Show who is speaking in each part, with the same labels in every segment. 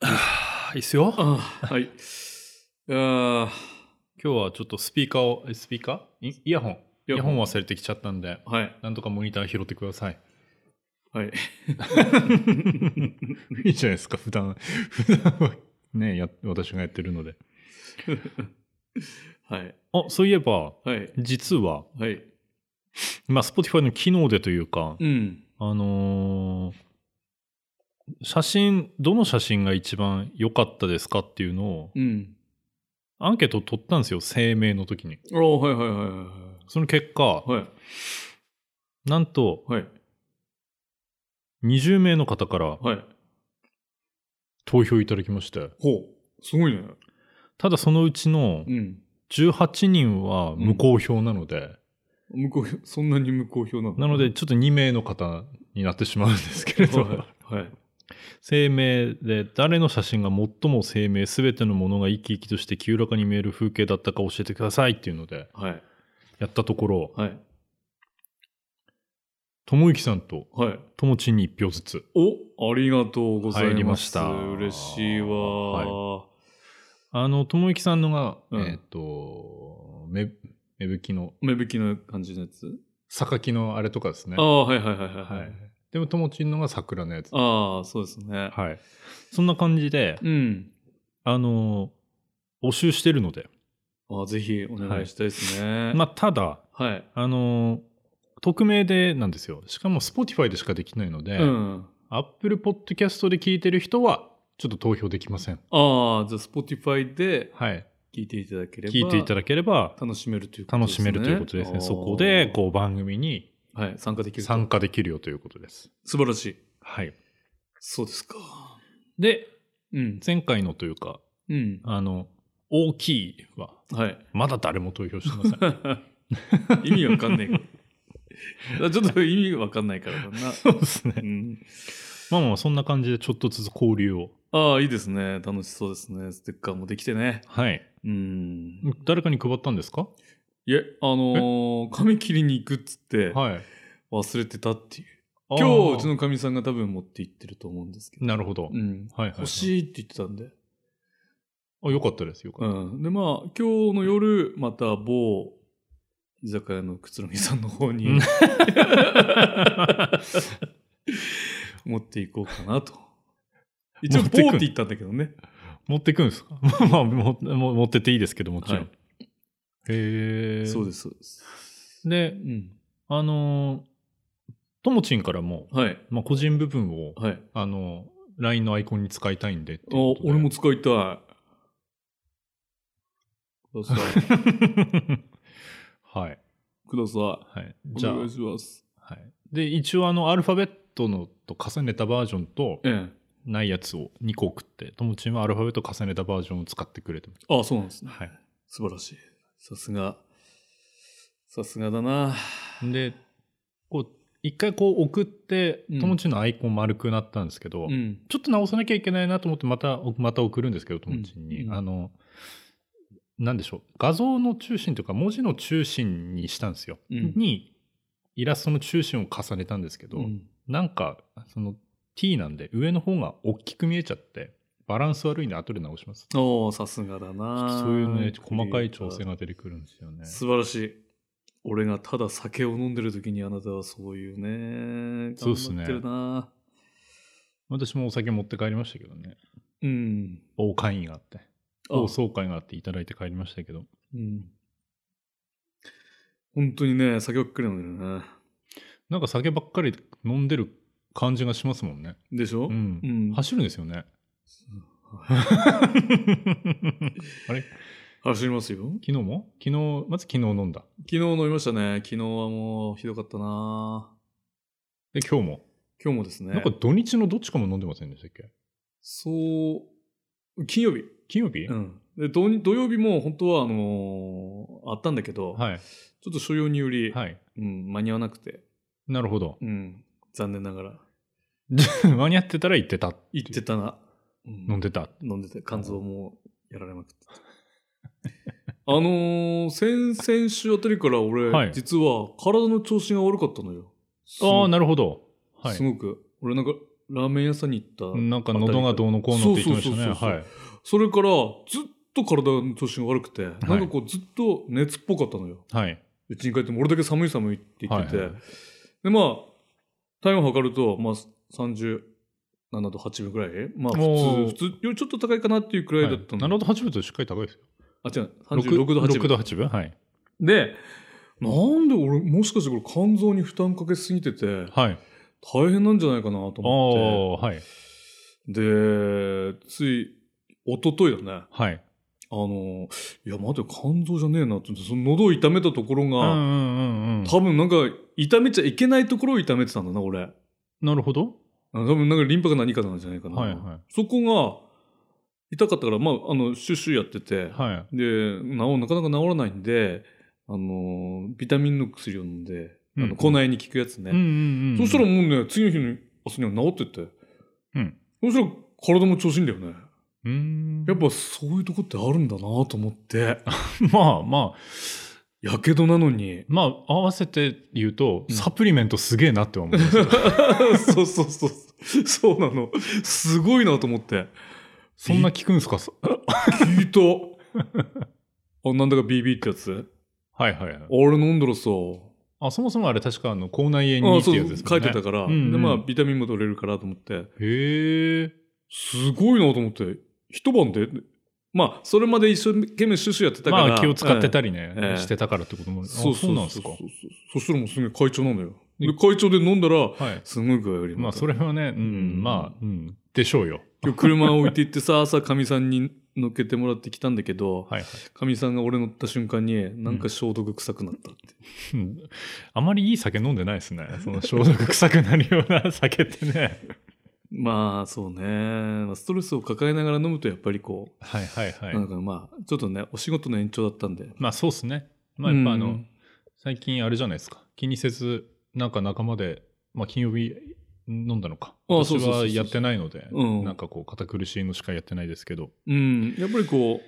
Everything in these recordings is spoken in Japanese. Speaker 1: いいっすよ。今
Speaker 2: あーはい。あ
Speaker 1: 日はちょっとスピーカーを、えスピーカーイイヤホン。イ
Speaker 2: ヤホ
Speaker 1: ヤホ
Speaker 2: ン
Speaker 1: ン忘れてきちゃったんで、
Speaker 2: ーはい。
Speaker 1: なんとかモニター拾ってください。
Speaker 2: はい。
Speaker 1: いいじゃないですか、普段。 普段はね、や、私がやってるので。
Speaker 2: はい。
Speaker 1: あ、そういえば、
Speaker 2: はい。
Speaker 1: 実は、
Speaker 2: はい。
Speaker 1: まあ、Spotify の機能でというか、
Speaker 2: うん。
Speaker 1: あのー写真、どの写真が一番良かったですかっていうのを、
Speaker 2: うん。
Speaker 1: アンケートを取ったんですよ、声明の時に。
Speaker 2: おーはいはいは
Speaker 1: その結果、
Speaker 2: いはい。はい。
Speaker 1: なんと、
Speaker 2: はい。
Speaker 1: 20名の方から
Speaker 2: はい。
Speaker 1: 投票いただきまして、
Speaker 2: ほう。すごいね。
Speaker 1: ただそのうちの
Speaker 2: うん。
Speaker 1: 18人は無公表なので、
Speaker 2: 無効票、そんなに無効票なの
Speaker 1: なので、ちょっと2名の方になってしまうんですけれど、
Speaker 2: はい。はい。
Speaker 1: 声明で誰の写真が最も生命全てのものが生き生きとして清らかに見える風景だったか教えてくださいっていうので
Speaker 2: はい。
Speaker 1: やったところ
Speaker 2: はい。
Speaker 1: 友幸さんと
Speaker 2: はい。
Speaker 1: 友ちんに1票ずつ
Speaker 2: おありがとうございます。
Speaker 1: 入りました
Speaker 2: 嬉しいわ。は
Speaker 1: あの友幸さんのが、
Speaker 2: うん
Speaker 1: えっ、と芽芽吹きの
Speaker 2: い。目引きの感じのやつ
Speaker 1: 榊のあれとかですね
Speaker 2: ああ、はいはいはいはい。
Speaker 1: は
Speaker 2: はいい、
Speaker 1: でも友ちんのが桜のやつ
Speaker 2: ああ、そうですね。
Speaker 1: はいそんな感じで
Speaker 2: うん。
Speaker 1: あの募集してるので、
Speaker 2: ああ、ぜひお願いしたいですね。
Speaker 1: まあ、ただ
Speaker 2: はい。
Speaker 1: あの匿名でなんですよしかも Spotify でしかできないので、
Speaker 2: うん。
Speaker 1: アップルポッドキャストで聞いてる人は、ちょっと投票できません。
Speaker 2: ああ、じゃあ、Spotify で
Speaker 1: はい。
Speaker 2: 聞いていただければ。
Speaker 1: 聞いていただければ、
Speaker 2: 楽しめるということ
Speaker 1: 楽
Speaker 2: です
Speaker 1: しめ
Speaker 2: ね。
Speaker 1: るということですね。そこで、こう、番組に
Speaker 2: う。はい、参加できると。
Speaker 1: 参加できるよということです。
Speaker 2: 素晴らしい。
Speaker 1: はい。
Speaker 2: そうですか。
Speaker 1: で、
Speaker 2: うん。
Speaker 1: 前回のというか、
Speaker 2: うん。
Speaker 1: あの、大きいは、
Speaker 2: はい。
Speaker 1: まだ誰も投票してません。
Speaker 2: 意味わかんないから。 ちょっと意味わかんないからだな。
Speaker 1: そうです
Speaker 2: う
Speaker 1: ね。
Speaker 2: ん、
Speaker 1: まあまあ、そんな感じで、ちょっとずつ交流を。
Speaker 2: ああ、いいですね。楽しそうですね。ステッカーもできてね。
Speaker 1: はい。
Speaker 2: うん。
Speaker 1: 誰かに配ったんですか
Speaker 2: いえ、あのー、髪切りに行くっつって、
Speaker 1: はい。
Speaker 2: 忘れてたっていう。
Speaker 1: あー
Speaker 2: 今日、うちのかみさんが多分持って行ってると思うんですけど。
Speaker 1: なるほど。
Speaker 2: うん。
Speaker 1: はいはい、はい。
Speaker 2: 欲しいって言ってたんで。
Speaker 1: あ、よかったです。よか
Speaker 2: う
Speaker 1: っ
Speaker 2: ん。で、まあ、今日の夜、また某居酒屋のくつろぎさんの方
Speaker 1: う
Speaker 2: に
Speaker 1: ん
Speaker 2: 持っていこうかなと。一応、
Speaker 1: 持
Speaker 2: 某
Speaker 1: っくん
Speaker 2: ってて言ったんだけどね。
Speaker 1: た。持ってくんですか まあ、もも持ってっていいですけど、もちろん。
Speaker 2: はい
Speaker 1: へえ。
Speaker 2: そうです、そうです。
Speaker 1: で
Speaker 2: う、ん。
Speaker 1: あのーともちんからも、
Speaker 2: はい。
Speaker 1: まあ、個人部分を、
Speaker 2: はい。
Speaker 1: あのー LINE のアイコンに使いたいんでっていう
Speaker 2: あ
Speaker 1: ことで
Speaker 2: 俺も。使いたい。ください。
Speaker 1: はい。
Speaker 2: くださ
Speaker 1: はい。
Speaker 2: い。
Speaker 1: じゃあ
Speaker 2: お、願いします。
Speaker 1: はい、で、一応、あの、アルファベットのと重ねたバージョンと、
Speaker 2: ええ。
Speaker 1: ないやつを2個送って、ともちんはアルファベット重ねたバージョンを使ってくれてます。
Speaker 2: ああ、そうなんですね。
Speaker 1: はい。
Speaker 2: 素晴らしい。さすが。さすがだな。
Speaker 1: で、こう、一回こう送って
Speaker 2: う、ん
Speaker 1: ともちんのアイコン丸くなったんですけど、
Speaker 2: うん。
Speaker 1: ちょっと直さなきゃいけないなと思ってまたおまた送るんですけど友達に、
Speaker 2: うんうん
Speaker 1: あのなんでしょう画像の中心というか文字の中心にしたんですよ、
Speaker 2: うん
Speaker 1: にイラストの中心を重ねたんですけど、
Speaker 2: うん
Speaker 1: なんかその T なんで上の方が大きく見えちゃってバランス悪いんで後で直します
Speaker 2: おーさすがだな。
Speaker 1: そういうね細かい調整が出てくるんですよね
Speaker 2: 素晴らしい。俺がただ酒を飲んでる時にあなたはそういうね。
Speaker 1: そうっすね
Speaker 2: 頑張ってるな。
Speaker 1: 私もお酒持って帰りましたけどね
Speaker 2: うん。
Speaker 1: 大会議があって
Speaker 2: あ
Speaker 1: 大総会があっていただいて帰りましたけど
Speaker 2: うん。本当にね、酒ばっかり飲んでるね。
Speaker 1: なんか酒ばっかり飲んでる感じがしますもんね
Speaker 2: でしょ
Speaker 1: うん
Speaker 2: うん。
Speaker 1: 走るんですよね。 あれ昨
Speaker 2: 走りますよ。
Speaker 1: 日も昨日、まず昨日飲んだ。
Speaker 2: 昨日飲みましたね。昨日はもうひどかったな。
Speaker 1: で、今日も。
Speaker 2: 今日もですね。
Speaker 1: なんか土日のどっちかも飲んでませんでしたっけ
Speaker 2: そう、金曜日。
Speaker 1: 金曜日、
Speaker 2: うん。で土日土曜日も本当は、あのーあったんだけど、
Speaker 1: はい。
Speaker 2: ちょっと所要により、
Speaker 1: はい。
Speaker 2: うん、間に合わなくて、
Speaker 1: なるほど。
Speaker 2: うん、残念ながら。
Speaker 1: 間に合ってたら行ってた。
Speaker 2: 行ってたな。うん
Speaker 1: 飲んでた。
Speaker 2: 飲んでて、肝臓もやられまくってた。あのー 先々週あたりから俺、
Speaker 1: はい
Speaker 2: 実は体の調子が悪かったのよ。
Speaker 1: ああ、な
Speaker 2: る
Speaker 1: るほど。はい
Speaker 2: す。ごく。俺なんか、ラーメン屋さんに行った。
Speaker 1: なんか喉がどうのこうのって言ってましたね。
Speaker 2: そうそうそうそう
Speaker 1: はい。
Speaker 2: それから、ずっと体の調子が悪くて、なんかこうずっと熱っぽかったのよ。
Speaker 1: はい。
Speaker 2: うちに帰っても俺だけ寒い寒いって言ってて。
Speaker 1: はいはい
Speaker 2: で、まあ、タイムを測ると、まあ、37度8分ぐらいまあ、
Speaker 1: おー
Speaker 2: 普通、普通よりちょっと高いかなっていうくらいだったの。
Speaker 1: なるほど、8分としっかり高いですよ。
Speaker 2: あ、違う、36度8
Speaker 1: 6
Speaker 2: 分。
Speaker 1: 度8分はい。
Speaker 2: で、なんで俺、もしかしてこれ肝臓に負担かけすぎてて、
Speaker 1: はい。
Speaker 2: 大変なんじゃないかなと
Speaker 1: あ
Speaker 2: 思
Speaker 1: あ、はい。
Speaker 2: って。で、つい、一昨日だね。
Speaker 1: はい。
Speaker 2: あの、いや、待てよ、肝臓じゃねえなって、その喉を痛めたところ
Speaker 1: うんう
Speaker 2: が、
Speaker 1: んうんうん。
Speaker 2: 多分なんか、痛めちゃいけないところを痛めてたんだな、俺。
Speaker 1: なるほど。
Speaker 2: あの多分なんかリンパか何かなんじゃないかな。
Speaker 1: はいは
Speaker 2: そこが、痛かったから、まあ、あの、シュッシュやってて
Speaker 1: い。、はい。
Speaker 2: で、ななかなか治らないんで、あの、ビタミンの薬を飲んで、あ
Speaker 1: うん
Speaker 2: の、口内に効くやつね。
Speaker 1: うんうんうん。
Speaker 2: そしたらもうね、次の日の朝には治ってて。
Speaker 1: うん。
Speaker 2: そしたら体も調子いいんだよね。
Speaker 1: うーん。
Speaker 2: やっぱそういうとこってあるんだなと 思って。
Speaker 1: まあまあ、
Speaker 2: やけどな
Speaker 1: 。
Speaker 2: のに
Speaker 1: まあ、合わせて言うと、
Speaker 2: うん
Speaker 1: サプリメントすげえなって思う。
Speaker 2: そうそうそう。そうなの。すごいなと思って。
Speaker 1: そんな効くんすかそ
Speaker 2: 聞 いた。あ、なんだか BB ってやつ
Speaker 1: はいはいはい。
Speaker 2: 俺飲んだらさ。
Speaker 1: あ、そもそもあれ確かあの、口内炎に
Speaker 2: あ、
Speaker 1: って
Speaker 2: そう、
Speaker 1: やつです
Speaker 2: 書
Speaker 1: もん
Speaker 2: い
Speaker 1: ね。
Speaker 2: てたから。
Speaker 1: うんうん
Speaker 2: で、まあ、ビタミンも取れるからと思って。
Speaker 1: へえ。
Speaker 2: すごいなと思って。一晩でまあ、それまで一生懸命シュッシュやってたから。
Speaker 1: まあ気を使って
Speaker 2: え
Speaker 1: たりね、
Speaker 2: ええ
Speaker 1: してたからってこともあ
Speaker 2: え。そうそう
Speaker 1: そうなんですか
Speaker 2: そ。うそしたらもうすぐ会長なのよ。で、
Speaker 1: で
Speaker 2: 会長で飲んだら、
Speaker 1: はい。
Speaker 2: すごい具合より
Speaker 1: まあそれはね、うん、
Speaker 2: うん
Speaker 1: まあ、うん、でしょうよ。
Speaker 2: 今日車を置いていってさ、 朝、かみさんに乗っけてもらってきたんだけど、
Speaker 1: はい、は
Speaker 2: かみさんが俺乗った瞬間に、なんか消毒臭くなったって。
Speaker 1: い。うん あまりいい酒飲んでないですね。その消毒臭くなるような酒って ね。
Speaker 2: まあ、そうね。まあストレスを抱えながら飲むと、やっぱりこう、
Speaker 1: はいはいはい。
Speaker 2: なんかまあ、ちょっとね、お仕事の延長だったんで。
Speaker 1: まあそうですね。まあやっぱあの、
Speaker 2: うん
Speaker 1: 最近あれじゃないですか。気にせず、なんか仲間で、まあ金曜日飲んだのか。
Speaker 2: あ
Speaker 1: 私
Speaker 2: そうそうそうそう
Speaker 1: はやってないので、
Speaker 2: うん
Speaker 1: なんかこう堅苦しいのしかやってないですけど、
Speaker 2: うん、やっぱりこう、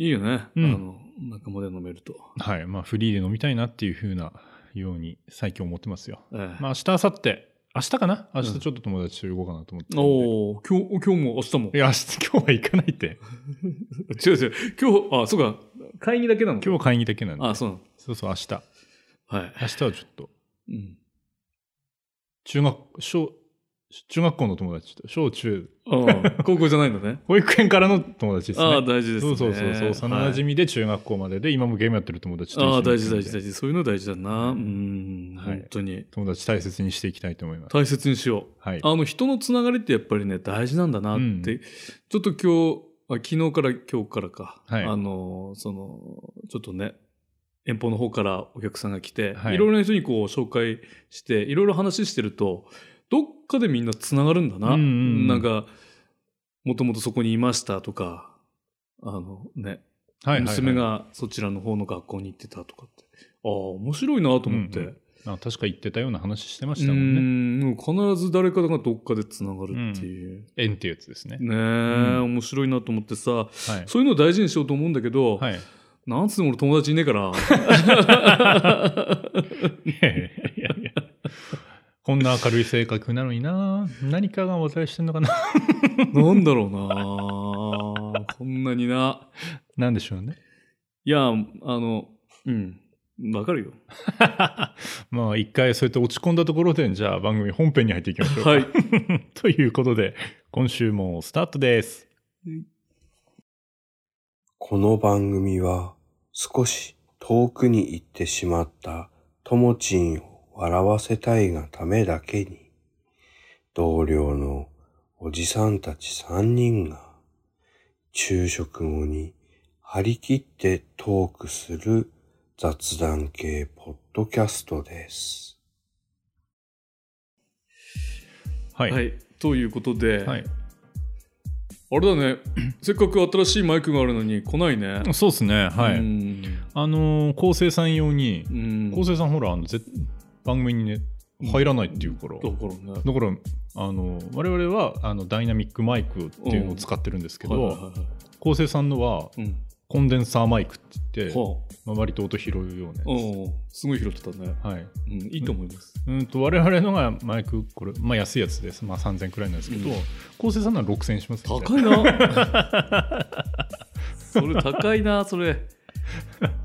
Speaker 2: いいよね。
Speaker 1: うん
Speaker 2: あの、仲間で飲めると。
Speaker 1: はい。まあフリーで飲みたいなっていうふうなように最近思ってますよ。
Speaker 2: ええ
Speaker 1: まあ明日、明後日、明日かな明
Speaker 2: うん
Speaker 1: 日ちょっと友達と行こうかなと思ってるんで、
Speaker 2: おお今日、今日も明日も
Speaker 1: い。や、明日今日は行かない って。
Speaker 2: 違う違う。 今日、あ、そうか。会議だけなの
Speaker 1: 今日は会議だけなんで。
Speaker 2: あ、そうなの。
Speaker 1: そうそう、明日。
Speaker 2: はい。
Speaker 1: 明日はちょっと、
Speaker 2: うん。
Speaker 1: 中学、小、中学校の友達と、小中、
Speaker 2: ああ 高校じゃないんだね。
Speaker 1: 保育園からの友達ですね。
Speaker 2: ああ、大事です
Speaker 1: そ
Speaker 2: ね。
Speaker 1: うそうそうそう、幼馴染で中学校までで、今もゲームやってる友達と一緒に
Speaker 2: あ
Speaker 1: 行く
Speaker 2: あ、
Speaker 1: んで
Speaker 2: 大事大事大事。そういうの大事だな。うん、
Speaker 1: はい
Speaker 2: 本当に。
Speaker 1: 友達大切にしていきたいと思います。
Speaker 2: 大切にしよう。
Speaker 1: はい。
Speaker 2: あの、人のつながりってやっぱりね、大事なんだなって。
Speaker 1: うん
Speaker 2: ちょっと今日、あ昨日から今日からか。
Speaker 1: はい
Speaker 2: あの、その、ちょっとね、遠方の方からお客さんが来て、、
Speaker 1: はいい
Speaker 2: ろいろな人にこう紹介して、いろいろ話してると、どっかでみんなつながるんだな。
Speaker 1: うんうんうん
Speaker 2: なんか、もともとそこにいましたとか、あのね、
Speaker 1: はい、
Speaker 2: 娘
Speaker 1: はい
Speaker 2: がそちらの方の学校に行ってたとかって、ああ、面白いなと思って。
Speaker 1: うんうんあ確か言ってたような話してま
Speaker 2: う
Speaker 1: したもんね。
Speaker 2: んもう必ず誰かがどっかでつながるっていう。
Speaker 1: 縁っていうやつですね。
Speaker 2: ねえ、
Speaker 1: うん
Speaker 2: 面白いなと思ってさ、
Speaker 1: はい。
Speaker 2: そういうの大事にしようと思うんだけど、
Speaker 1: はい。
Speaker 2: なんつうの俺友達いね えから。
Speaker 1: いやいやいやこんな明るい性格なのにな何かが私してんのかな
Speaker 2: なんだろうなこんなにな。
Speaker 1: なんでしょう ね。
Speaker 2: いや、あの、うん、わかるよ。
Speaker 1: まあ一回そうやって落ち込んだところで、じゃあ番組本編に入っていきましょうか。
Speaker 2: はい。
Speaker 1: ということで、今週もスタートです。
Speaker 3: この番組は少し遠くに行ってしまったともちんを笑わせたいがためだけに同僚のおじさんたち三人が昼食後に張り切ってトークする雑談系ポッドキャストです。
Speaker 1: はい。
Speaker 2: はい。ということで、
Speaker 1: はい
Speaker 2: あれだね、 せっかく新しいマイクがあるのに来ないね。
Speaker 1: そうですね。はい。
Speaker 2: うん。
Speaker 1: あのー、昴生さん用に、
Speaker 2: うん。
Speaker 1: 昴生さんほら、あのぜ番組にね、入らないっていうから。
Speaker 2: だからね。
Speaker 1: だから、あの我々はあのダイナミックマイクっていうのを使ってるんですけ
Speaker 2: はいは
Speaker 1: ど
Speaker 2: いはいはい
Speaker 1: 昴生さんのは
Speaker 2: うん。
Speaker 1: コンデンサーマイクって言って、
Speaker 2: は
Speaker 1: まあ、割と音拾うような
Speaker 2: あ、う
Speaker 1: やつ。
Speaker 2: ん、すごい拾ってたね。
Speaker 1: はい、
Speaker 2: うん、いいと思います。
Speaker 1: うんと我々のがマイクこれ、まあ、安いやつです、まあ、3000くらいなんですけど、
Speaker 2: うん
Speaker 1: 昴生さんなら6000円しますよね
Speaker 2: 高いな。 それ高いな、それ。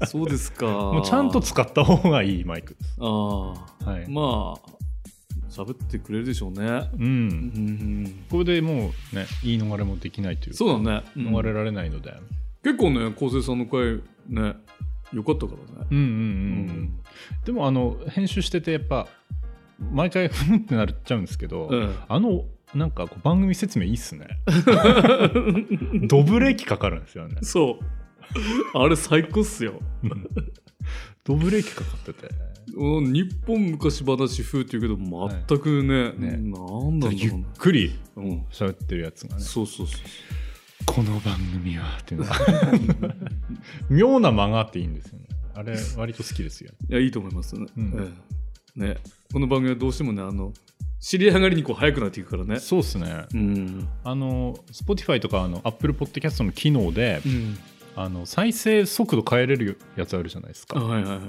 Speaker 2: そうですか。
Speaker 1: もうちゃんと使った方がいいマイクです、
Speaker 2: ああ。
Speaker 1: はい
Speaker 2: まあ、喋ってくれるでしょうね。
Speaker 1: う、
Speaker 2: うんん、
Speaker 1: これでもうね言い逃れもできないというか
Speaker 2: そうだね。うん
Speaker 1: 逃れられないので、
Speaker 2: 結構ね、昴生さんの回ね、良かったからね。
Speaker 1: うんうん
Speaker 2: う
Speaker 1: うんうん、でもあの編集しててやっぱ毎回ふんってなっちゃうんですけど、
Speaker 2: うん
Speaker 1: あのなんかこう番組説明いいっすね ドブレーキかかるんですよね
Speaker 2: そう。あれ最高っすよ。
Speaker 1: ドブレーキかかってて
Speaker 2: うん日本昔話風って言うけど、全くね、
Speaker 1: ね
Speaker 2: なんだろう
Speaker 1: ゆっ
Speaker 2: な。
Speaker 1: くり
Speaker 2: うん、
Speaker 1: 喋ってるやつがね
Speaker 2: そうそうそう。
Speaker 1: この番組はっていうのが 妙な間があっていいんですよねあれ割と好き ですよ
Speaker 2: いや、いいと思いますね。
Speaker 1: うん
Speaker 2: ええねこの番組はどうしてもね、あの、知り上がりにこう早くなっていくからね。
Speaker 1: そうっすね
Speaker 2: うん。
Speaker 1: あの Spotify とかあの Apple Podcast の機能で
Speaker 2: うん。
Speaker 1: あの再生速度変えれるやつあるじゃないです
Speaker 2: あ
Speaker 1: か
Speaker 2: はいはいはい。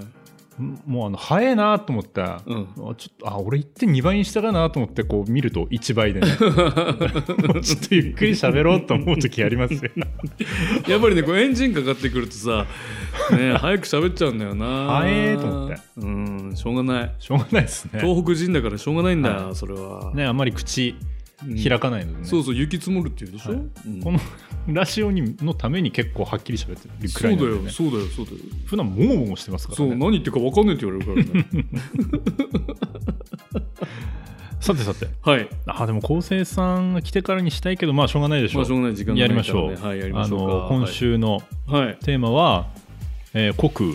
Speaker 1: もうあの早えなと思って、あ
Speaker 2: うん。
Speaker 1: ちょっとあ俺1.2倍にしたかなと思ってこう見ると1倍で ねもうちょっとゆっくり喋ろうと思う時あり ますよ
Speaker 2: やっぱりねこうエンジンかかってくるとさ、ね、早く喋っちゃうんだよな
Speaker 1: 早えと思って
Speaker 2: うんしょうがない
Speaker 1: しょうがないですね
Speaker 2: 東北人だからしょうがないんだよ、
Speaker 1: は
Speaker 2: それは、
Speaker 1: ねあんまり口
Speaker 2: うん
Speaker 1: 開かないのでね、
Speaker 2: そうそう雪積もるっていうでしょ、
Speaker 1: はい
Speaker 2: うん
Speaker 1: このラジオにのために結構はっきり喋ってるく
Speaker 2: そ
Speaker 1: ら
Speaker 2: う
Speaker 1: い
Speaker 2: だ
Speaker 1: なんで、ね
Speaker 2: よ、そうだよそうだよ
Speaker 1: 普段もごもごしてますか
Speaker 2: そ
Speaker 1: ら
Speaker 2: う
Speaker 1: ね
Speaker 2: 何言ってるか分かんないって言われるから ね
Speaker 1: さてさて
Speaker 2: はい
Speaker 1: あでも昴生さんが来てからにしたいけどまあしょうがないでしょ
Speaker 2: ま
Speaker 1: う,、
Speaker 2: あしょうがない時間が
Speaker 1: や
Speaker 2: ない
Speaker 1: り
Speaker 2: から、ね、
Speaker 1: ましょう
Speaker 2: はいやりま
Speaker 1: あ
Speaker 2: しょうか
Speaker 1: の今週の
Speaker 2: はい、はい
Speaker 1: テーマは「えー国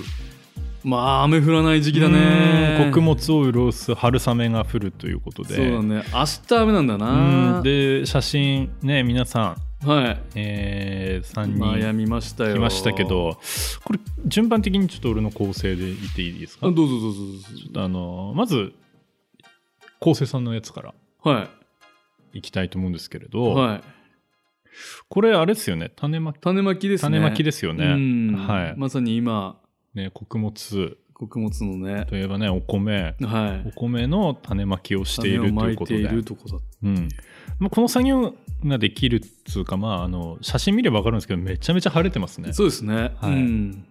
Speaker 2: まあ雨降らない時期だね
Speaker 1: 穀物を潤す春雨が降るということで
Speaker 2: そうだね明日雨なんだ
Speaker 1: うん
Speaker 2: な
Speaker 1: で写真ね皆さ
Speaker 2: はい
Speaker 1: ん、え3
Speaker 2: 悩
Speaker 1: 人
Speaker 2: みましたよ
Speaker 1: 来ましたけどこれ順番的にちょっと俺の構成で言っていいです
Speaker 2: あ
Speaker 1: か
Speaker 2: どうぞどうぞどうぞ
Speaker 1: ちょっとあのまず昴生さんのやつから
Speaker 2: はい
Speaker 1: いきたいと思うんですけれど、
Speaker 2: はい
Speaker 1: これあれですよね種まき
Speaker 2: 種まきですね
Speaker 1: 種まきですよね
Speaker 2: うん
Speaker 1: はい
Speaker 2: まさに今
Speaker 1: ね穀物
Speaker 2: 穀物のね
Speaker 1: といえばねお米
Speaker 2: は
Speaker 1: お
Speaker 2: い
Speaker 1: 米の種まきをしてい
Speaker 2: 種を
Speaker 1: ると
Speaker 2: ま
Speaker 1: いう
Speaker 2: い
Speaker 1: こと
Speaker 2: て
Speaker 1: で
Speaker 2: いるとこだ
Speaker 1: うんまあ、この作業ができるっつうか、まあ、あの写真見れば分かるんですけどめちゃめちゃ晴れてますね
Speaker 2: そうですねう
Speaker 1: はい
Speaker 2: ん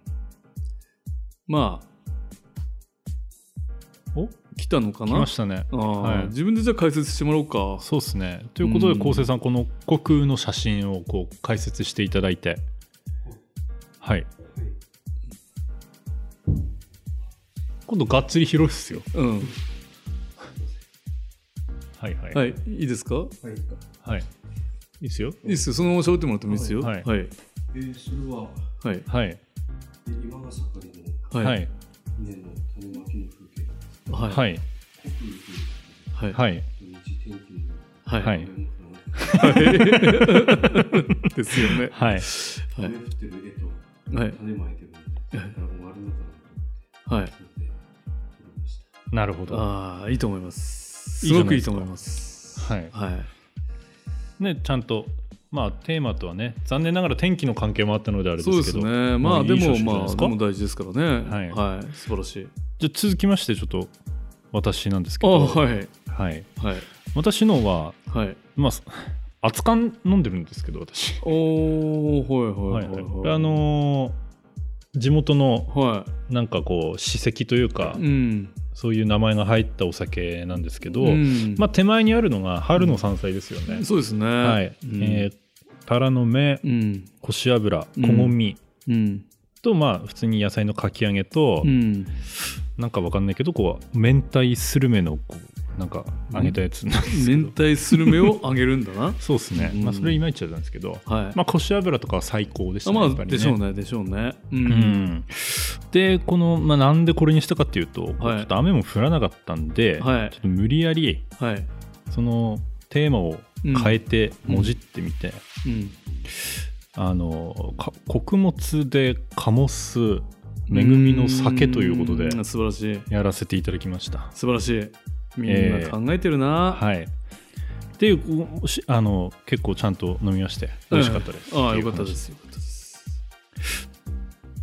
Speaker 2: まあ
Speaker 1: お
Speaker 2: 来たのか
Speaker 1: 来
Speaker 2: な
Speaker 1: ましたね
Speaker 2: あ
Speaker 1: はい
Speaker 2: ー自分でじゃあ解説してもらおうか
Speaker 1: そうですねということ
Speaker 2: う
Speaker 1: で
Speaker 2: ん
Speaker 1: 昴生さんこの虚空の写真をこう解説していただいてはい今度がっつり広いっすよ
Speaker 2: うん
Speaker 1: はいはい、
Speaker 2: はいいいいですか
Speaker 3: はい。
Speaker 1: い、いですよ
Speaker 2: いいっすよそのまま喋ってもらってもいいっすよは
Speaker 1: はいい
Speaker 2: はい
Speaker 3: えー、それは、
Speaker 2: はい
Speaker 1: はい
Speaker 3: えー今が盛りの
Speaker 1: は
Speaker 2: はい
Speaker 1: い
Speaker 3: 稲の種まきの風景、
Speaker 2: はいは
Speaker 1: はいい
Speaker 3: 国
Speaker 2: は
Speaker 3: 風
Speaker 2: い
Speaker 1: はい、
Speaker 3: 景、土日天気の
Speaker 2: は
Speaker 1: はいい
Speaker 3: 雨の 花
Speaker 2: ですよね
Speaker 1: はい、
Speaker 2: はい
Speaker 3: 雨降ってる絵と、
Speaker 2: はい
Speaker 3: 種まいてる絵、だから終わるのかな
Speaker 2: はい
Speaker 3: と思って撮りました。
Speaker 1: なるほど、
Speaker 2: ああいいと思います
Speaker 1: い
Speaker 2: す
Speaker 1: いじ
Speaker 2: ご
Speaker 1: ゃな
Speaker 2: く
Speaker 1: い
Speaker 2: いい
Speaker 1: です
Speaker 2: と
Speaker 1: か
Speaker 2: 思います
Speaker 1: はい
Speaker 2: はい
Speaker 1: ね、ちゃんとまあテーマとはね残念ながら天気の関係もあったのであれですけ
Speaker 2: そ
Speaker 1: ど
Speaker 2: うですね。ま
Speaker 1: ま
Speaker 2: あ
Speaker 1: あ
Speaker 2: で
Speaker 1: いい写
Speaker 2: も
Speaker 1: 真じゃない
Speaker 2: ま
Speaker 1: で
Speaker 2: あ
Speaker 1: すか
Speaker 2: でも大事ですからね。は、
Speaker 1: はいい
Speaker 2: 素晴らしい。
Speaker 1: じゃあ続きましてちょっと私なんですけ
Speaker 2: あ
Speaker 1: ど、
Speaker 2: はい
Speaker 1: はい
Speaker 2: はい
Speaker 1: 私のは、
Speaker 2: はい。
Speaker 1: まあ、す熱燗飲んでるんですけど私、
Speaker 2: おおは
Speaker 1: はいい
Speaker 2: はいはい
Speaker 1: こ
Speaker 2: はい。
Speaker 1: れあのー地元の
Speaker 2: は
Speaker 1: なんかこう史跡というか、
Speaker 2: い。うん。
Speaker 1: そういう名前が入ったお酒なんですけど、
Speaker 2: うん
Speaker 1: まあ、手前にあるのが春の山菜ですよね、
Speaker 2: そうですね。
Speaker 1: は
Speaker 2: はい
Speaker 1: えータラの芽
Speaker 2: うん
Speaker 1: こし油
Speaker 2: う
Speaker 1: こ
Speaker 2: ん
Speaker 1: ごみ
Speaker 2: うん
Speaker 1: と、まあ普通に野菜のかき揚げと、
Speaker 2: うん。
Speaker 1: なんかわかんないけどこう明太スルメのこうなんか揚げたやつ なんですけど、。
Speaker 2: 明太スルメをあげるんだな
Speaker 1: そうですね、
Speaker 2: うん
Speaker 1: まあそれいまいちだったんですけど、
Speaker 2: はい。
Speaker 1: まあ、こし油とかは最高でした
Speaker 2: あ
Speaker 1: ね
Speaker 2: ま
Speaker 1: やっぱ
Speaker 2: あ
Speaker 1: り
Speaker 2: でしょうねでしょうね。う。
Speaker 1: うんん、でこの、まあ、なんでこれにしたかっていうと、こうちょっと雨も降らなかったんで、
Speaker 2: はい
Speaker 1: ちょっと無理やり
Speaker 2: はい。
Speaker 1: そのテーマを変えて
Speaker 2: うん
Speaker 1: もじってみて、
Speaker 2: うん。
Speaker 1: あのか穀物で醸す恵みの酒ということで
Speaker 2: ん素晴らしい
Speaker 1: やらせていただきました。
Speaker 2: 素晴らしい。みんな考えてるな。
Speaker 1: はいっていうこうしあの結構ちゃんと飲みまして美味しかったです、
Speaker 2: ああ
Speaker 1: てい
Speaker 2: よ
Speaker 1: う
Speaker 2: かったで
Speaker 1: 話
Speaker 2: すよかったです。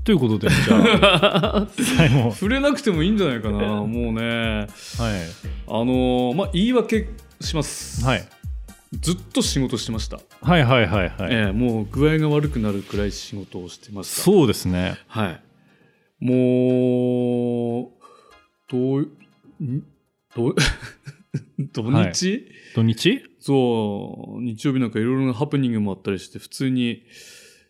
Speaker 1: ということで、じゃあ、 最後。はい。
Speaker 2: 触れなくてもいいんじゃないかな もうねあのーまあ言い訳します、
Speaker 1: はい。
Speaker 2: ずっと仕事してました、
Speaker 1: はいはいはいはい。
Speaker 2: ええもう具合が悪くなるくらい仕事をしてました
Speaker 1: そうですね。
Speaker 2: はいもうどういんどう 土日、
Speaker 1: はい土日
Speaker 2: そう日曜日なんかいろいろなハプニングもあったりして普通に、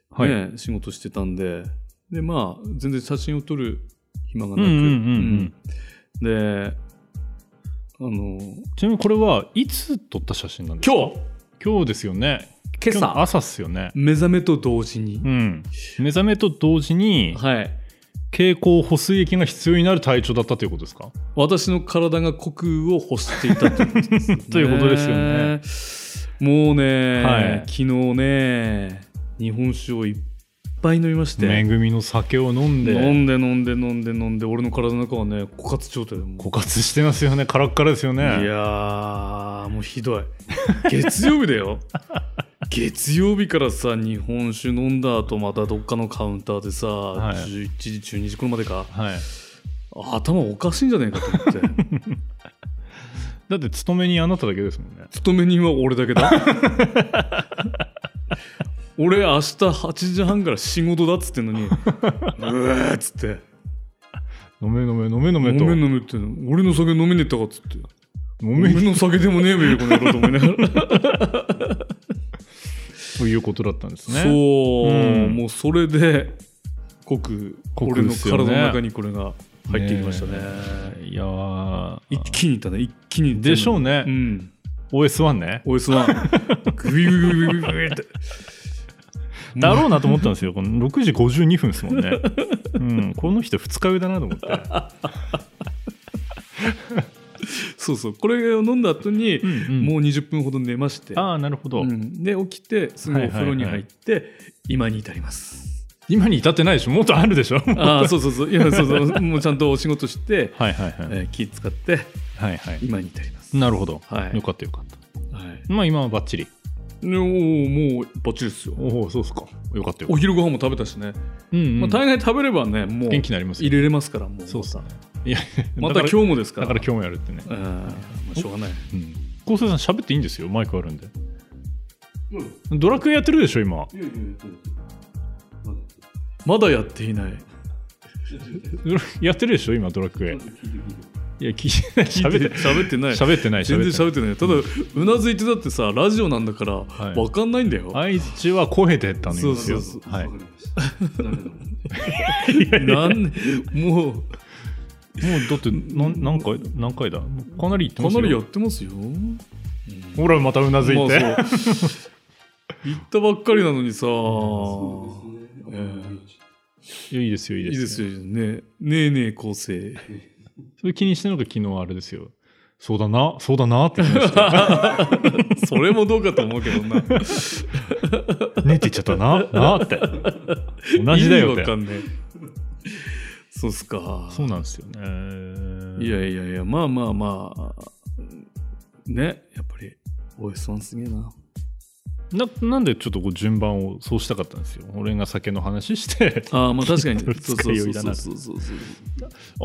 Speaker 1: はい。
Speaker 2: ね仕事してたんででまあ全然写真を撮る暇が
Speaker 1: うん
Speaker 2: な
Speaker 1: うん
Speaker 2: く、
Speaker 1: うんうん。
Speaker 2: うんであの
Speaker 1: ちなみにこれはいつ撮った写真なんですか
Speaker 2: 今日
Speaker 1: 今日ですよね。
Speaker 2: 今
Speaker 1: 今日の
Speaker 2: 朝
Speaker 1: 朝っすよね。
Speaker 2: 目覚めと同時に
Speaker 1: う、ん。目覚めと同時に、
Speaker 2: はい
Speaker 1: 蛍光補水液が必要になる体調だったということですか
Speaker 2: 私の体が虚空を欲していたということですね
Speaker 1: ということですよね
Speaker 2: もうね、
Speaker 1: はい
Speaker 2: 昨日ね日本酒をいっぱい飲みまして
Speaker 1: 恵みの酒を飲ん
Speaker 2: 飲
Speaker 1: で
Speaker 2: んで飲んで飲んで飲んで俺の体の中はね枯渇状態でもう
Speaker 1: 枯渇してますよねカラッカラですよ
Speaker 2: い
Speaker 1: ね
Speaker 2: やーもうひどい月曜日だ よ月曜日からさ日本酒飲んだ後またどっかのカウンターでさ、
Speaker 1: い
Speaker 2: 11時12時頃までか
Speaker 1: はい
Speaker 2: 頭おかしいんじゃねえかと思って。
Speaker 1: だって勤めにあなただけですもんね
Speaker 2: 勤め人は俺だけだ 俺明日8時半から仕事だっつってんのにうえっつって
Speaker 1: 飲め飲め飲め飲
Speaker 2: 「飲
Speaker 1: めと
Speaker 2: め飲め」って俺の酒飲めねえったかっつって
Speaker 1: 飲め
Speaker 2: 俺の酒でもねえべよこの野郎と思いながら
Speaker 1: ということだったんですね
Speaker 2: そう、
Speaker 1: うん
Speaker 2: もうそれで濃く
Speaker 1: 濃
Speaker 2: 俺
Speaker 1: くっ
Speaker 2: の
Speaker 1: すよね
Speaker 2: 体の中にこれが入ってきましたね
Speaker 1: いやー
Speaker 2: 一気にいったね一気に
Speaker 1: でしょう
Speaker 2: ね
Speaker 1: ね、
Speaker 2: うん
Speaker 1: OS1 ね
Speaker 2: OS1 グイグイグイグイグイって
Speaker 1: だろうなと思ったんですよこの6時52分ですもん ね、うん、この人2日上だなと思って、
Speaker 2: そうそうこれを飲んだ後に、
Speaker 1: も
Speaker 2: もう20分ほど寝まして
Speaker 1: うああなるほど、
Speaker 2: うんで起きてすぐお風呂に入って、今に至ります
Speaker 1: 今に至ってないでしょもっとあるでしょはい
Speaker 2: ああそうそうそういやそうそうもうちゃんとお仕事して、
Speaker 1: はいはい、
Speaker 2: えー気使って
Speaker 1: はいはい
Speaker 2: 今に至ります
Speaker 1: なるほど、
Speaker 2: はい
Speaker 1: よかったよかった
Speaker 2: はい
Speaker 1: まあ今はバッチリ。
Speaker 2: でおーもうバッチリですよ
Speaker 1: おお、そうですか。よかったよ
Speaker 2: お。昼ご飯も食べたしね、
Speaker 1: うん、うん
Speaker 2: まあ、大概食べればねもう
Speaker 1: 元気になります
Speaker 2: 入
Speaker 1: よ。
Speaker 2: れれますからもう
Speaker 1: そうっすね
Speaker 2: また
Speaker 1: いや、
Speaker 2: また今日もですか
Speaker 1: だか
Speaker 2: ら
Speaker 1: ら今日もやるってね。
Speaker 2: うんまあしょうがない
Speaker 1: うん。昴生さん喋っていいんですよ。マイクあるんで。ドラクエやってるでしょ、今。
Speaker 2: まだやっていない
Speaker 1: ドラやってるでしょ、今、ドラクエ。いや、聞いてない。
Speaker 2: 喋
Speaker 1: 喋って
Speaker 2: 喋ってない
Speaker 1: 喋ってない。
Speaker 2: 全然
Speaker 1: 喋って
Speaker 2: 喋ってないただうなずいてだってさラジオなんだから
Speaker 1: はい
Speaker 2: 分かんないんだよ、
Speaker 1: ない。相槌は声でたんですよ。
Speaker 2: そうそうそ
Speaker 1: はい。も
Speaker 2: なんもう
Speaker 1: うだって何何回何回だかなりいって
Speaker 2: か
Speaker 1: ますよ
Speaker 2: なりやってますよ。
Speaker 1: ほらまたうなずいて、
Speaker 2: まあそう行ったばっかりなのにさ、
Speaker 1: いやいいですよいい
Speaker 2: い
Speaker 1: で
Speaker 2: い
Speaker 1: すよ
Speaker 2: ですよね。ねえねえ構成。
Speaker 1: それ気にしてるのが昨日あれですよそうだなそうだなって 言ってました
Speaker 2: それもどうかと思うけどな。
Speaker 1: ねって言っちゃったな、なって。同じだよっ
Speaker 2: 意味わか
Speaker 1: て。
Speaker 2: んねえ。そうっすか。
Speaker 1: そうなんですよね。
Speaker 2: いやいやいや、まあまあまあ。ね、やっぱり OS1 すげえな。
Speaker 1: な、なんでちょっとこう順番をそうしたかったんですよ。俺が酒の話 して、
Speaker 2: ああ、まあ確かに。
Speaker 1: Kindle
Speaker 2: そう
Speaker 1: 使
Speaker 2: そう
Speaker 1: い
Speaker 2: そ
Speaker 1: よ
Speaker 2: う
Speaker 1: いだ
Speaker 2: そ
Speaker 1: な
Speaker 2: うそうそう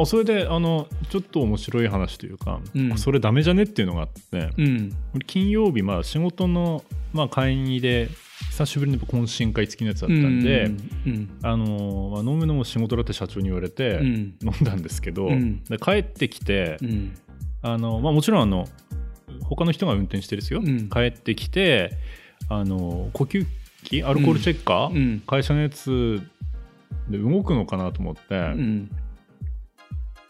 Speaker 1: あ、それで、あの、ちょっと面白い話というか、
Speaker 2: うん
Speaker 1: それダメじゃねっていうのがあって、
Speaker 2: うん。
Speaker 1: 俺金曜日、まあ仕事の、まあ会議で、久しぶりに懇親会付きのやつだったんで、
Speaker 2: うん。
Speaker 1: あの、まあ、飲むのも仕事だって社長に言われて、
Speaker 2: うん。
Speaker 1: 飲んだんですけど、
Speaker 2: うん
Speaker 1: で帰ってきて、
Speaker 2: うん。
Speaker 1: あのまあ、もちろんあの他の人が運転してですよ、
Speaker 2: うん
Speaker 1: 帰ってきてあの呼吸器アルコールチェッカー、
Speaker 2: うん。
Speaker 1: 会社のやつで動くのかなと思って、
Speaker 2: うん。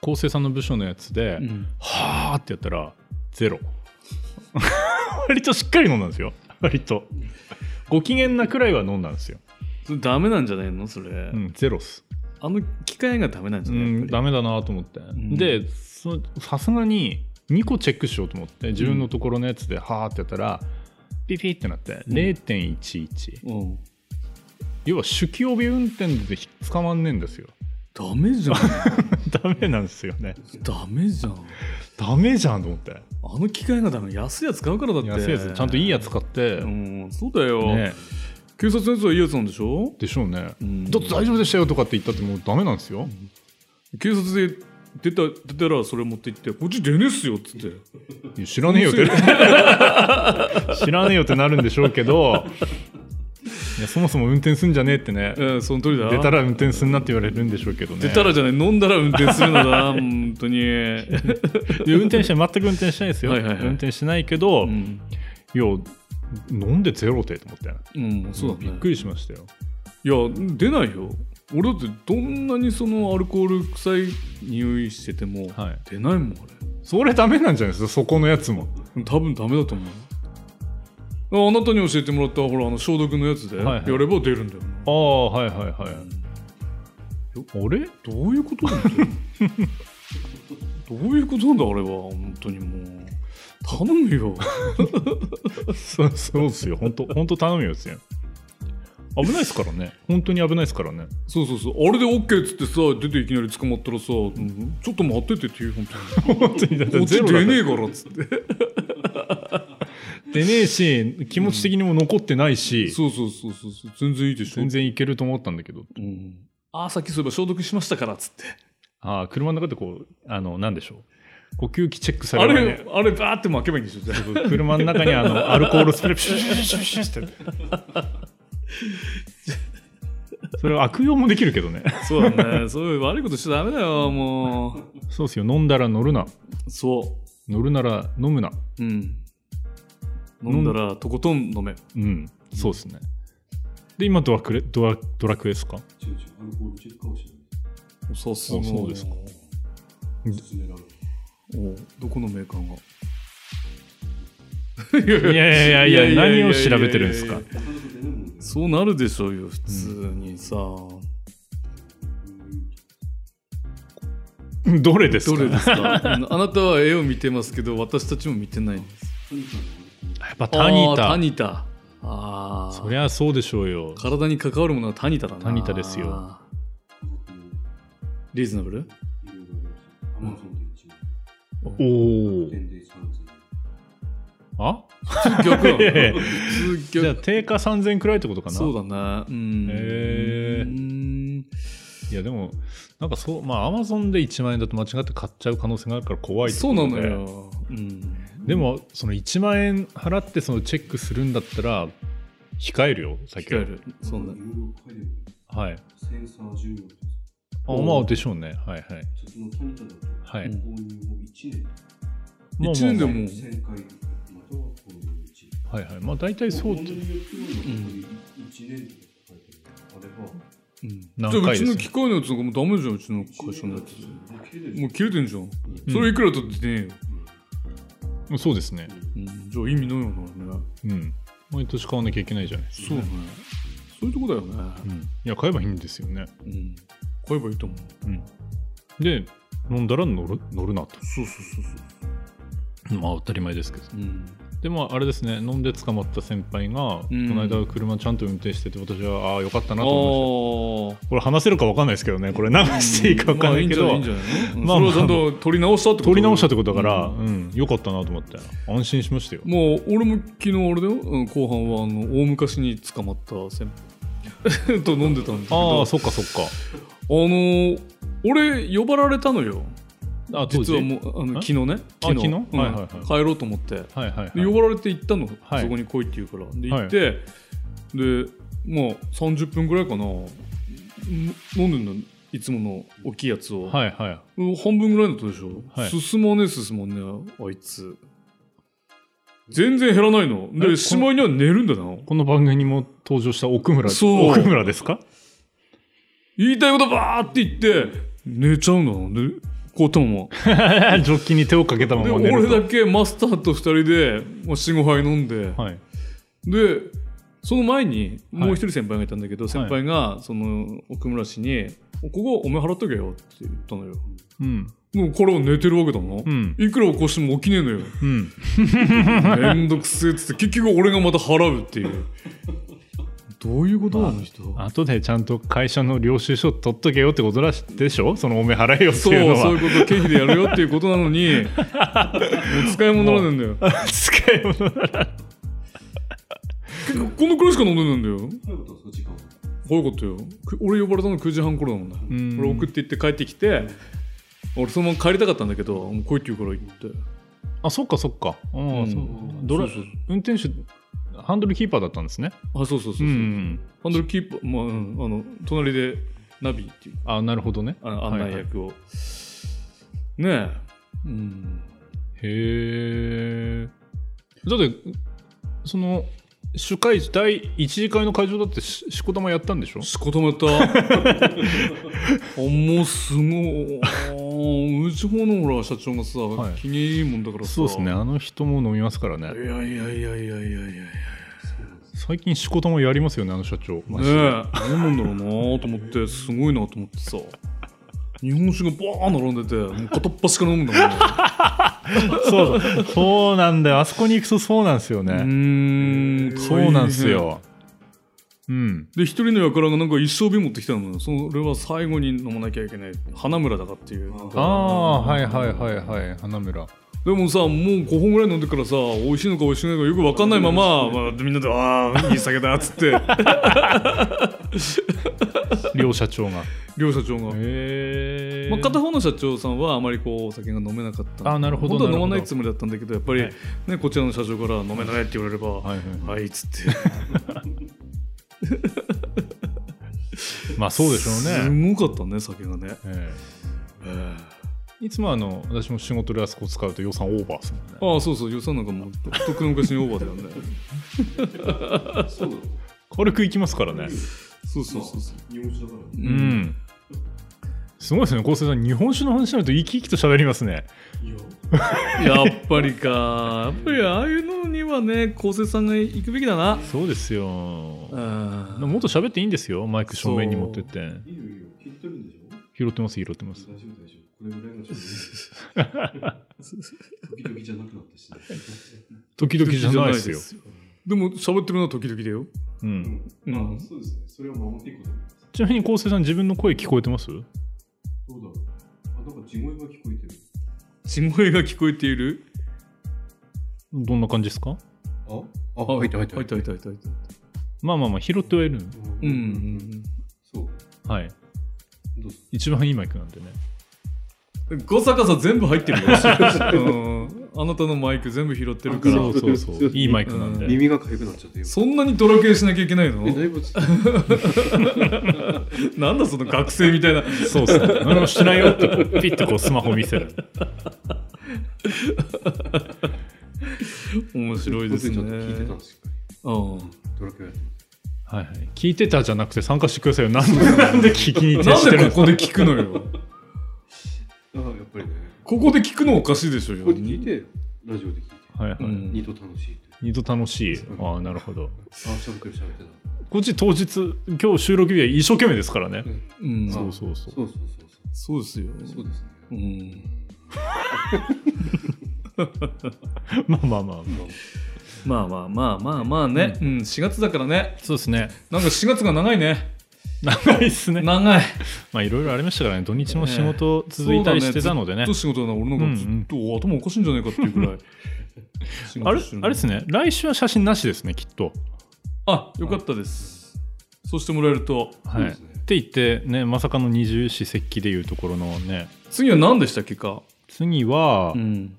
Speaker 1: 厚生さんの部署のやつで、
Speaker 2: うん
Speaker 1: はーってやったらゼロ 割としっかり飲んだんですよ割とご機嫌なくらいは飲んだんですよ、
Speaker 2: それダメなんじゃないのそれ、
Speaker 1: うん、ゼロっす、
Speaker 2: あの機械がダメなんじ
Speaker 1: う
Speaker 2: ゃない、
Speaker 1: ん、
Speaker 2: や
Speaker 1: ダ
Speaker 2: っ
Speaker 1: メだなと思って、
Speaker 2: ん
Speaker 1: でそさすがに2個チェックしようと思って自分のところのやつではーってやったらピピってなって
Speaker 2: ん
Speaker 1: 0.11、
Speaker 2: ぱりうん
Speaker 1: 要は酒気帯び運転で捕まんねえんですよ
Speaker 2: ダメじゃん
Speaker 1: ダメなんですよね
Speaker 2: ダメじゃん
Speaker 1: ダメじゃんと思って
Speaker 2: あの機械がダメ安いやつ買うからだって
Speaker 1: 安いやつちゃんといいやつ買って、
Speaker 2: うんそうだよ、
Speaker 1: ね
Speaker 2: 警察のやつはいいやつなんでしょ、
Speaker 1: でしょうね。
Speaker 2: うん
Speaker 1: だって大丈夫でしたよとかって言ったってもうダメなんですよ。
Speaker 2: 警察で出た出たらそれ持って行ってこっち出ねっすよっつって
Speaker 1: いや知らねえ よって知らねえよってなるんでしょうけどいやそもそも運転すんじゃねえってね
Speaker 2: うんその通りだ
Speaker 1: 出たら運転すんなって言われるんでしょうけどね
Speaker 2: 出たらじゃない飲んだら運転するの だ本当に、
Speaker 4: いや運転して全く運転してないですよ
Speaker 2: はいはいはい
Speaker 4: 運転してないけど、
Speaker 2: う
Speaker 4: い
Speaker 2: ん
Speaker 1: いや飲んでゼロでと思って
Speaker 2: うん、そうだ、ね、
Speaker 1: びっくりしましたよ
Speaker 2: いや出ないよ俺だってどんなにそのアルコール臭い匂いしてても、
Speaker 1: はい
Speaker 2: 出ないもんあ
Speaker 1: それダメなんじゃないですかそこのやつも
Speaker 2: れ多分ダメだと思うああなたに教えてもらったほらあの消毒のやつで
Speaker 1: はい
Speaker 2: や
Speaker 1: はい
Speaker 2: れば出るんだよ、
Speaker 1: ああはいはいはいあれ
Speaker 2: どういうことなんだよ どういうことなんだあれは本当にもう頼むよ
Speaker 1: そうそうっすよ本当本当頼むよっすよ危ないですからね本当に危ないですからね
Speaker 2: そうそうそうあれで OK っつってさ出ていきなり捕まったらさ、うんちょっと待っててっていう本当に
Speaker 1: 本当にだって
Speaker 2: こ っち
Speaker 1: ゼロだか
Speaker 2: 出
Speaker 1: ら
Speaker 2: ねえからっつって
Speaker 1: 出ねえし気持ち的にも残ってないし、
Speaker 2: そうそうそうそうそう全然いいでしょ
Speaker 1: 全然いけると思ったんだけど
Speaker 2: うん、ああさっきそういえば消毒しましたからっつって
Speaker 1: ああ、車の中でこう、あの、なんでしょう。呼吸器チェックさ
Speaker 2: あ
Speaker 1: れる、
Speaker 2: れ
Speaker 1: ね。
Speaker 2: あれバーって巻けばいいんでしょ全部
Speaker 1: 車の中にあの、アルコールスプレー、プシュッシュッシュッシュッシュッって。それは悪用もできるけどね。
Speaker 2: そうだねそういう悪いことしちゃダメだよも
Speaker 1: そうっすよ。飲んだら乗るな。
Speaker 2: うそ
Speaker 1: 乗るなら飲むな。
Speaker 2: ううん飲んだらとことん飲め
Speaker 1: うん。そうですね。で、今ドラクレ、ドラドラクエですか
Speaker 3: 違う違う、アルコールチェックかもしれない。
Speaker 2: そうそ
Speaker 1: あそうですか
Speaker 3: 勧められる。
Speaker 2: おどこのメーカーが
Speaker 1: いやいやいやいや、何を調べてるんですか
Speaker 3: 他のことでねもね
Speaker 2: そうなるでしょうよ普通にさ、
Speaker 1: どれです
Speaker 2: ど
Speaker 1: か
Speaker 2: れですかうんあなたは絵を見てますけど私たちも見てないんです
Speaker 1: やっぱタニー
Speaker 2: あータ
Speaker 1: タ。
Speaker 2: ニタああ
Speaker 1: そりゃそうでしょうよ。
Speaker 2: 体に関わるものはタニタだな
Speaker 1: タニタですよ
Speaker 2: リーズナブル
Speaker 3: いろいろありますよアマゾ
Speaker 1: おお
Speaker 3: ンで一部。全で三千
Speaker 1: あ
Speaker 2: 逆な の
Speaker 1: いやいや
Speaker 2: 普通
Speaker 1: じゃあ
Speaker 2: 逆
Speaker 1: 定価3000くらいってことかな
Speaker 2: そうだねうん
Speaker 1: へー
Speaker 2: うん
Speaker 1: いやでもなんかそうまあアマゾンで1万円だと間違って買っちゃう可能性があるから怖いって
Speaker 2: そ
Speaker 1: こ
Speaker 2: う
Speaker 1: と
Speaker 2: な
Speaker 1: で
Speaker 2: のよ、うん、
Speaker 1: でもその1万円払ってそのチェックするんだったら控えるよ
Speaker 2: 控
Speaker 1: 酒
Speaker 2: えるそう
Speaker 3: 円。
Speaker 2: だ
Speaker 3: いろいろ書いてる。
Speaker 1: はい
Speaker 3: センサー重要です。
Speaker 1: あ
Speaker 2: うん
Speaker 1: まあでしょうねはいはい
Speaker 3: ちょっとのタニタだと
Speaker 1: はい、
Speaker 2: うん
Speaker 3: 購入後一年
Speaker 1: まあまあまあ
Speaker 2: 一年でも
Speaker 3: 1000回または購入一年。
Speaker 1: はいはいまあ大体そうっ
Speaker 3: 購
Speaker 1: て
Speaker 3: 入によっても一年とか書いてる。あれば
Speaker 2: うん
Speaker 1: 何
Speaker 2: じゃあう
Speaker 1: 回
Speaker 2: ち
Speaker 1: です
Speaker 2: の機械のやつなんかもうダメじゃんうちの会社のやつ
Speaker 3: もう切れてる
Speaker 2: もう切れてんじゃん
Speaker 1: うん
Speaker 2: それいくら取ってね
Speaker 1: う
Speaker 2: えよ、
Speaker 1: んそうですね
Speaker 2: うんじゃあ意味ないよなね
Speaker 1: うん毎年買わなきゃいけないじゃないですか
Speaker 2: そうねそういうとこだよね、
Speaker 1: うん、いや買えばいいんですよね、
Speaker 2: うん、買えばいいと思う
Speaker 1: うん、で飲んだら乗る乗るなと
Speaker 2: そうそうそうそう
Speaker 1: まあ当たり前ですけど
Speaker 2: うん、
Speaker 1: でもあれですね飲んで捕まった先輩が、
Speaker 2: うん
Speaker 1: この間車ちゃんと運転してて私はああよかった
Speaker 2: あ
Speaker 1: な
Speaker 2: あ
Speaker 1: と思いまし
Speaker 2: ー
Speaker 1: たこれ話せるか分かんないですけどねこれ流していいか分かんないけど、
Speaker 2: まあ、いいんじゃないいいんじゃないの、
Speaker 1: まあ
Speaker 2: それ
Speaker 1: まあ
Speaker 2: はちゃんと取り直したってこと
Speaker 1: 取り直したってことだから、
Speaker 2: う
Speaker 1: うんんよかったなと思って安心しましたよ
Speaker 2: もう俺も昨日あれだよ、うん後半はあの大昔に捕まった先輩 と飲んでたんだけ
Speaker 1: あ
Speaker 2: ど
Speaker 1: あそっかそっか
Speaker 2: あのー俺呼ばられたのよ
Speaker 1: あ当時
Speaker 2: 実はもうあの
Speaker 1: え
Speaker 2: 昨日ね
Speaker 1: 昨日
Speaker 2: うん
Speaker 1: はいはいはい
Speaker 2: 帰ろうと思って
Speaker 1: はいはいはい
Speaker 2: で呼ばられて行ったの、
Speaker 1: はい
Speaker 2: そこに来いって言うからで
Speaker 1: はい
Speaker 2: 行って、でまあ30分ぐらいかなむ飲んでんのいつもの大きいやつを、
Speaker 1: はいはい
Speaker 2: うん半分ぐらいだったでしょ、
Speaker 1: はい
Speaker 2: 進まねえ進まねえあいつ全然減らないの
Speaker 1: えこの
Speaker 2: でしまいには寝るんだな
Speaker 1: この番組にも登場した奥村
Speaker 2: そう
Speaker 1: 奥村です か
Speaker 2: 言いたいことバーって言って寝ちゃうんだなでこうたまま
Speaker 1: ジョッキに手をかけたま
Speaker 2: で
Speaker 1: ま寝る
Speaker 2: 俺
Speaker 1: と
Speaker 2: だけマスターと二人でまあ45杯飲んで、
Speaker 1: はい
Speaker 2: でその前に
Speaker 1: はい
Speaker 2: もう一人先輩がいたんだけど、先輩がその奥村氏に「ここお前払っとけよ」って言ったのよ
Speaker 1: うん
Speaker 2: もうこれは寝てるわけだな、
Speaker 1: うん
Speaker 2: いくら起こしても起きねえ のよ
Speaker 1: うん
Speaker 2: めんどくせえっつって結局俺がまた払うっていうどういうことなの人
Speaker 1: 後でちゃんと会社の領収書取っとけよってことらしでしょそのおめ払えよって
Speaker 2: そう
Speaker 1: いうのは
Speaker 2: そういうこと経費でやるよっていうことな のにもう使い物なんだよ
Speaker 1: 使い物なら
Speaker 2: 結構このくらいしか飲んでないんだよ
Speaker 3: どういうことですか時間
Speaker 2: 早かったよく俺呼ばれたの9時半頃だもんな、
Speaker 1: うん
Speaker 2: 俺送って行って帰ってきて、俺そのまま帰りたかったんだけどもう来いって言うから行って
Speaker 1: あそっかそっかあー
Speaker 2: うん
Speaker 1: そうドラ
Speaker 2: そうそう
Speaker 1: 運転手ハンドルキーパーだったんですね
Speaker 2: あそうそうそうそう、
Speaker 1: ん
Speaker 2: ハンドルキーパー、まあうん、あの隣でナビっていう
Speaker 1: あなるほどね
Speaker 2: あの案内役を、ねえ、うん、
Speaker 1: へえだってその主会第一次会の会場だってししこたまやったんでしょ
Speaker 2: しこたま やったあもうすごいあーうち方のほら社長がさ、
Speaker 1: はい
Speaker 2: 気にいいもんだからさ
Speaker 1: そうですねあの人も飲みますからね
Speaker 2: いやいやいやいやいやいや
Speaker 1: 最近しこたまやりますよねあの社長マ
Speaker 2: ね
Speaker 1: ジで
Speaker 2: え何なんだろうなと思ってすごいなと思ってさ日本酒がバーン並んでてもう片っ端から飲むんだもんね
Speaker 1: そうそうそうなんだよあそこに行くとそうなんですよ
Speaker 2: う
Speaker 1: ね
Speaker 2: ーん
Speaker 1: そうなんです
Speaker 2: 大変
Speaker 1: ようん
Speaker 2: で一人の輩がなんか一生瓶持ってきたのそれは最後に飲まなきゃいけない花村だかっていうなん
Speaker 1: あ
Speaker 2: か
Speaker 1: あはいはいはいはい花村
Speaker 2: でもさもう5本ぐらい飲んでからさ美味しいのか美味しくないのかよく分かんないまま、まあ、みんなで「ああいい酒だ」っつって
Speaker 1: 両社長が
Speaker 2: 両社長が、
Speaker 1: へえ
Speaker 2: まあ、片方の社長さんはあまりこうお酒が飲めなかった
Speaker 1: あなるほど
Speaker 2: 本当は
Speaker 1: なる
Speaker 2: 飲
Speaker 1: ほ
Speaker 2: ま
Speaker 1: ど
Speaker 2: ないつもりだったんだけどやっぱり、
Speaker 1: はい
Speaker 2: ね、こちらの社長から「飲めない」って言われれば「
Speaker 1: はいはいはい
Speaker 2: はい」っつって
Speaker 1: まあそうでしょうね、
Speaker 2: すごかったね酒がね、
Speaker 1: え
Speaker 2: ええ
Speaker 1: えいつもあの私も仕事であそこ使うと予算オーバーですもんね
Speaker 2: ああそうそう予算なんかもうとっくの昔にオーバーだよね
Speaker 1: 軽くいきますからね
Speaker 2: そうそうそうそう
Speaker 3: 日本酒だから
Speaker 2: う
Speaker 1: うん、すごいですね昴生さん日本酒の話になると生き生きと喋りますね
Speaker 3: いや
Speaker 2: やっぱりか。やっぱりああいうのにはね、昴生さんが行くべきだな。
Speaker 1: そうですよ
Speaker 2: う
Speaker 1: も
Speaker 2: ん。
Speaker 1: っと喋っていいんですよマイク正面に持ってって
Speaker 3: いいよいいよ切ってるんでしょ
Speaker 1: 拾ってます拾ってます
Speaker 3: 大丈夫大丈夫これぐらいの時々じゃなくなったし、ね、
Speaker 1: 時々じゃないですよ
Speaker 2: 時々じゃないですよでも喋ってるのは時々だよ。
Speaker 1: うん、
Speaker 2: う
Speaker 3: うんん、。そうですねそれを守っていくことになります
Speaker 1: ちなみに昴生さん自分の声聞こえてます
Speaker 3: どうだろうあなんか地声が聞こえてる
Speaker 2: 地声が聞こえている。
Speaker 1: どんな感じですか
Speaker 3: ああ入った入った
Speaker 2: 入った入った入った入った。
Speaker 1: まあまあまあ拾ってはいる
Speaker 3: う
Speaker 2: うんうん
Speaker 3: そう
Speaker 1: はい
Speaker 3: どうぞ
Speaker 1: 一番いいマイクなんでね
Speaker 2: うん。ゴサガサ全部入ってるよ。うんあなたのマイク全部拾ってるから。
Speaker 3: あ
Speaker 1: そうそうそ
Speaker 3: そうう
Speaker 1: いいマイクなんで
Speaker 3: 耳が痒くなっちゃったよ
Speaker 2: そんなにドラケンしなきゃいけないの
Speaker 3: えだいぶつ
Speaker 2: なんだその学生みたいな。
Speaker 1: そうそう何もしてないよってこうピッとこうスマホ見せる
Speaker 2: 面白いですね。
Speaker 3: ちょっと聞いてたんですよ
Speaker 2: うん
Speaker 3: ドラクエやって
Speaker 1: はいはい聞いてたじゃなくて参加してくださいよなんでなんで聞きに徹
Speaker 2: な
Speaker 1: してるん
Speaker 2: ん
Speaker 1: で
Speaker 2: ですここで聞くの よ。
Speaker 3: あやっぱりね
Speaker 2: ここで聞くのおかしいでしょ。
Speaker 3: これ聞いてラジオで聞いて
Speaker 1: かはいはい、
Speaker 2: うん
Speaker 3: 二度楽しいって
Speaker 1: 二度楽しい
Speaker 3: うん
Speaker 1: ああなるほど
Speaker 3: あしゃべってるしゃべってた
Speaker 1: こっち当日今日収録日は一生懸命ですからね
Speaker 2: うん。
Speaker 1: そうそうそう
Speaker 3: そうそうそう
Speaker 2: そうですよ。
Speaker 3: そうそうですね
Speaker 2: うん。
Speaker 1: まあまあまあ
Speaker 2: まあまあまあまあまあね、うん、4月だからね。
Speaker 1: そうですね
Speaker 2: なんか4月が長いね。
Speaker 1: 長いっすね
Speaker 2: 長い。
Speaker 1: まあいろいろありましたからね土日も仕事続いたりしてたのでね
Speaker 2: そうだずっと仕事だな、俺なんかずっと、頭おかしいんじゃないかっていうく らい。仕
Speaker 1: あ
Speaker 2: 事
Speaker 1: れ
Speaker 2: してる
Speaker 1: あれですね来週は写真なしですねきっと
Speaker 2: あ、よかったです。そうしてもらえると。
Speaker 1: はい、
Speaker 3: そ
Speaker 1: っ
Speaker 3: うですね
Speaker 1: て言ってねまさかの二十四節気でいうところのね
Speaker 2: 次は何でしたっけか。
Speaker 1: 次は
Speaker 2: ん。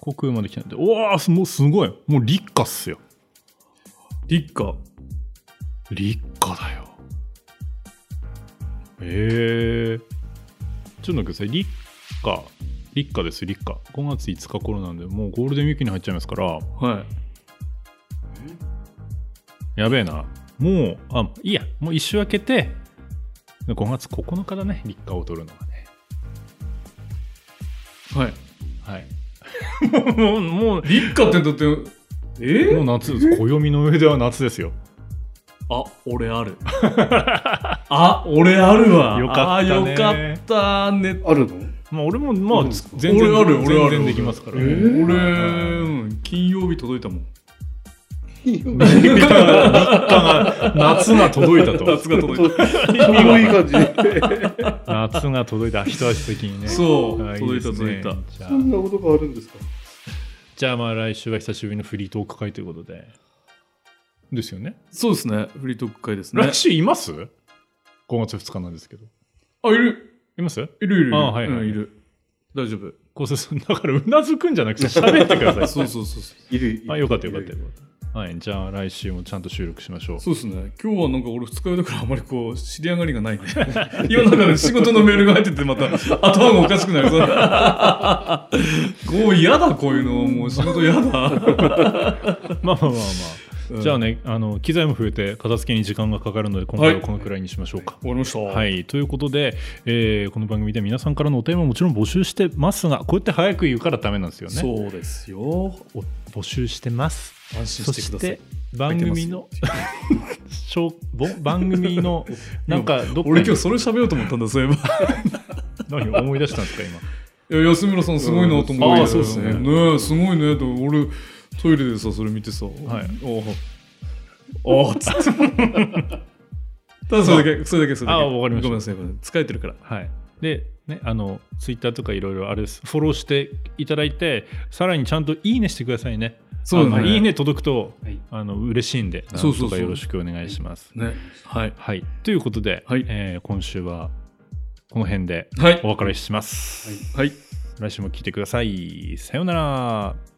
Speaker 1: 国空まで来たんでおわーもうすごいもう立夏っすよ
Speaker 2: 立夏。
Speaker 1: 立夏だよええちょっと待ってください立夏立夏です立夏5月5日頃なんでもうゴールデンウィークに入っちゃいますから
Speaker 2: はい。
Speaker 1: やべえなもうあいいやもう一周明けて5月9日だね立夏を取るのがね
Speaker 2: はい。
Speaker 1: はい もうもうも
Speaker 2: 立夏ってだって、え
Speaker 1: うもう夏です暦の上では夏ですよ
Speaker 2: あ、俺ある。あ、俺あるわ。
Speaker 1: よかったね
Speaker 2: あ、よかった。ね
Speaker 3: あるの
Speaker 1: まあ俺もまあ
Speaker 3: うん
Speaker 1: 全然
Speaker 2: 俺ある俺あ
Speaker 1: 全
Speaker 2: る
Speaker 1: 然できますから、
Speaker 3: えー
Speaker 2: 俺、うん金曜日届いたもん。
Speaker 3: いいよ
Speaker 1: 立 夏が夏が届いたと
Speaker 2: 夏が届いた。
Speaker 3: いい感じ。
Speaker 1: 夏が届いた一足先にね
Speaker 2: そう
Speaker 1: ああ
Speaker 2: 届
Speaker 1: で
Speaker 2: いた
Speaker 1: すね
Speaker 2: 届い
Speaker 1: じゃあ
Speaker 3: そんなことがあるんですか。
Speaker 1: じゃあまあ来週は久しぶりのフリートーク会ということでですよね。
Speaker 2: そうですね。フリートーク会ですね
Speaker 1: 来。週います ?5 月2日なんですけど。
Speaker 2: あ、いる。
Speaker 1: います
Speaker 2: いるいるいる。
Speaker 1: あはいはい
Speaker 2: うん、いる。大丈夫。
Speaker 1: 構成さん、だからうなずくんじゃなくて喋ってください。
Speaker 2: そうそうそうそう。
Speaker 3: いる。
Speaker 1: あ、よかったよかったよ
Speaker 2: い
Speaker 1: かった。はい、じゃあ来週もちゃんと収録しましょう。
Speaker 2: そうですね。今日はなんか俺二日酔いだからあまりこう、知り上がりがないね。 今なんかね仕事のメールが入っててまた 頭がおかしくなる。こう嫌だ、こういうの。もう仕事嫌だ。
Speaker 1: まあまあまあま
Speaker 2: うん
Speaker 1: あ。じゃあね、あの機材も増えて片付けに時間がかかるので今回はこのくらいにしましょうか。
Speaker 2: 終わりました。
Speaker 1: はい、ということで、えーこの番組で皆さんからのおテーマもちろん募集してますがこうやって早く言うからダメなんですよね。
Speaker 2: そうですよ。
Speaker 1: お募集してます。
Speaker 2: 安
Speaker 1: そ
Speaker 2: 心して
Speaker 1: し
Speaker 2: ください
Speaker 1: て。番組のしょぼ番組 のなんかどっかに
Speaker 2: 俺今日それ喋ようと思ったんだ、そういえば。
Speaker 1: 何を思い出したんですか今。
Speaker 2: いや安村さんすごいなと思って、
Speaker 1: うんあーそうですね
Speaker 2: ねえすごいねと俺トイレでさそれ見てさ、
Speaker 1: い
Speaker 2: おおっつってただそれだけそれだけ
Speaker 1: あ
Speaker 2: それだけ
Speaker 1: ーわかりました
Speaker 2: ごめんなさいごめんなさい疲れてるから
Speaker 1: はい、で、ね、あのツイッターとかいろいろあれですフォローしていただいてさらにちゃんと「いいね」してくださいね。
Speaker 2: そうだ
Speaker 1: あの
Speaker 2: ね
Speaker 1: いいね届くと、
Speaker 3: はい
Speaker 1: あの嬉しいんで
Speaker 2: そうそ
Speaker 1: なん
Speaker 2: うそう
Speaker 1: とかよろしくお願いします。
Speaker 2: ねはい
Speaker 1: はい、ということで、
Speaker 2: はい
Speaker 1: えー今週はこの辺で
Speaker 2: はい
Speaker 1: お別れします。
Speaker 2: はい
Speaker 1: 来週も聞いてください。さようなら。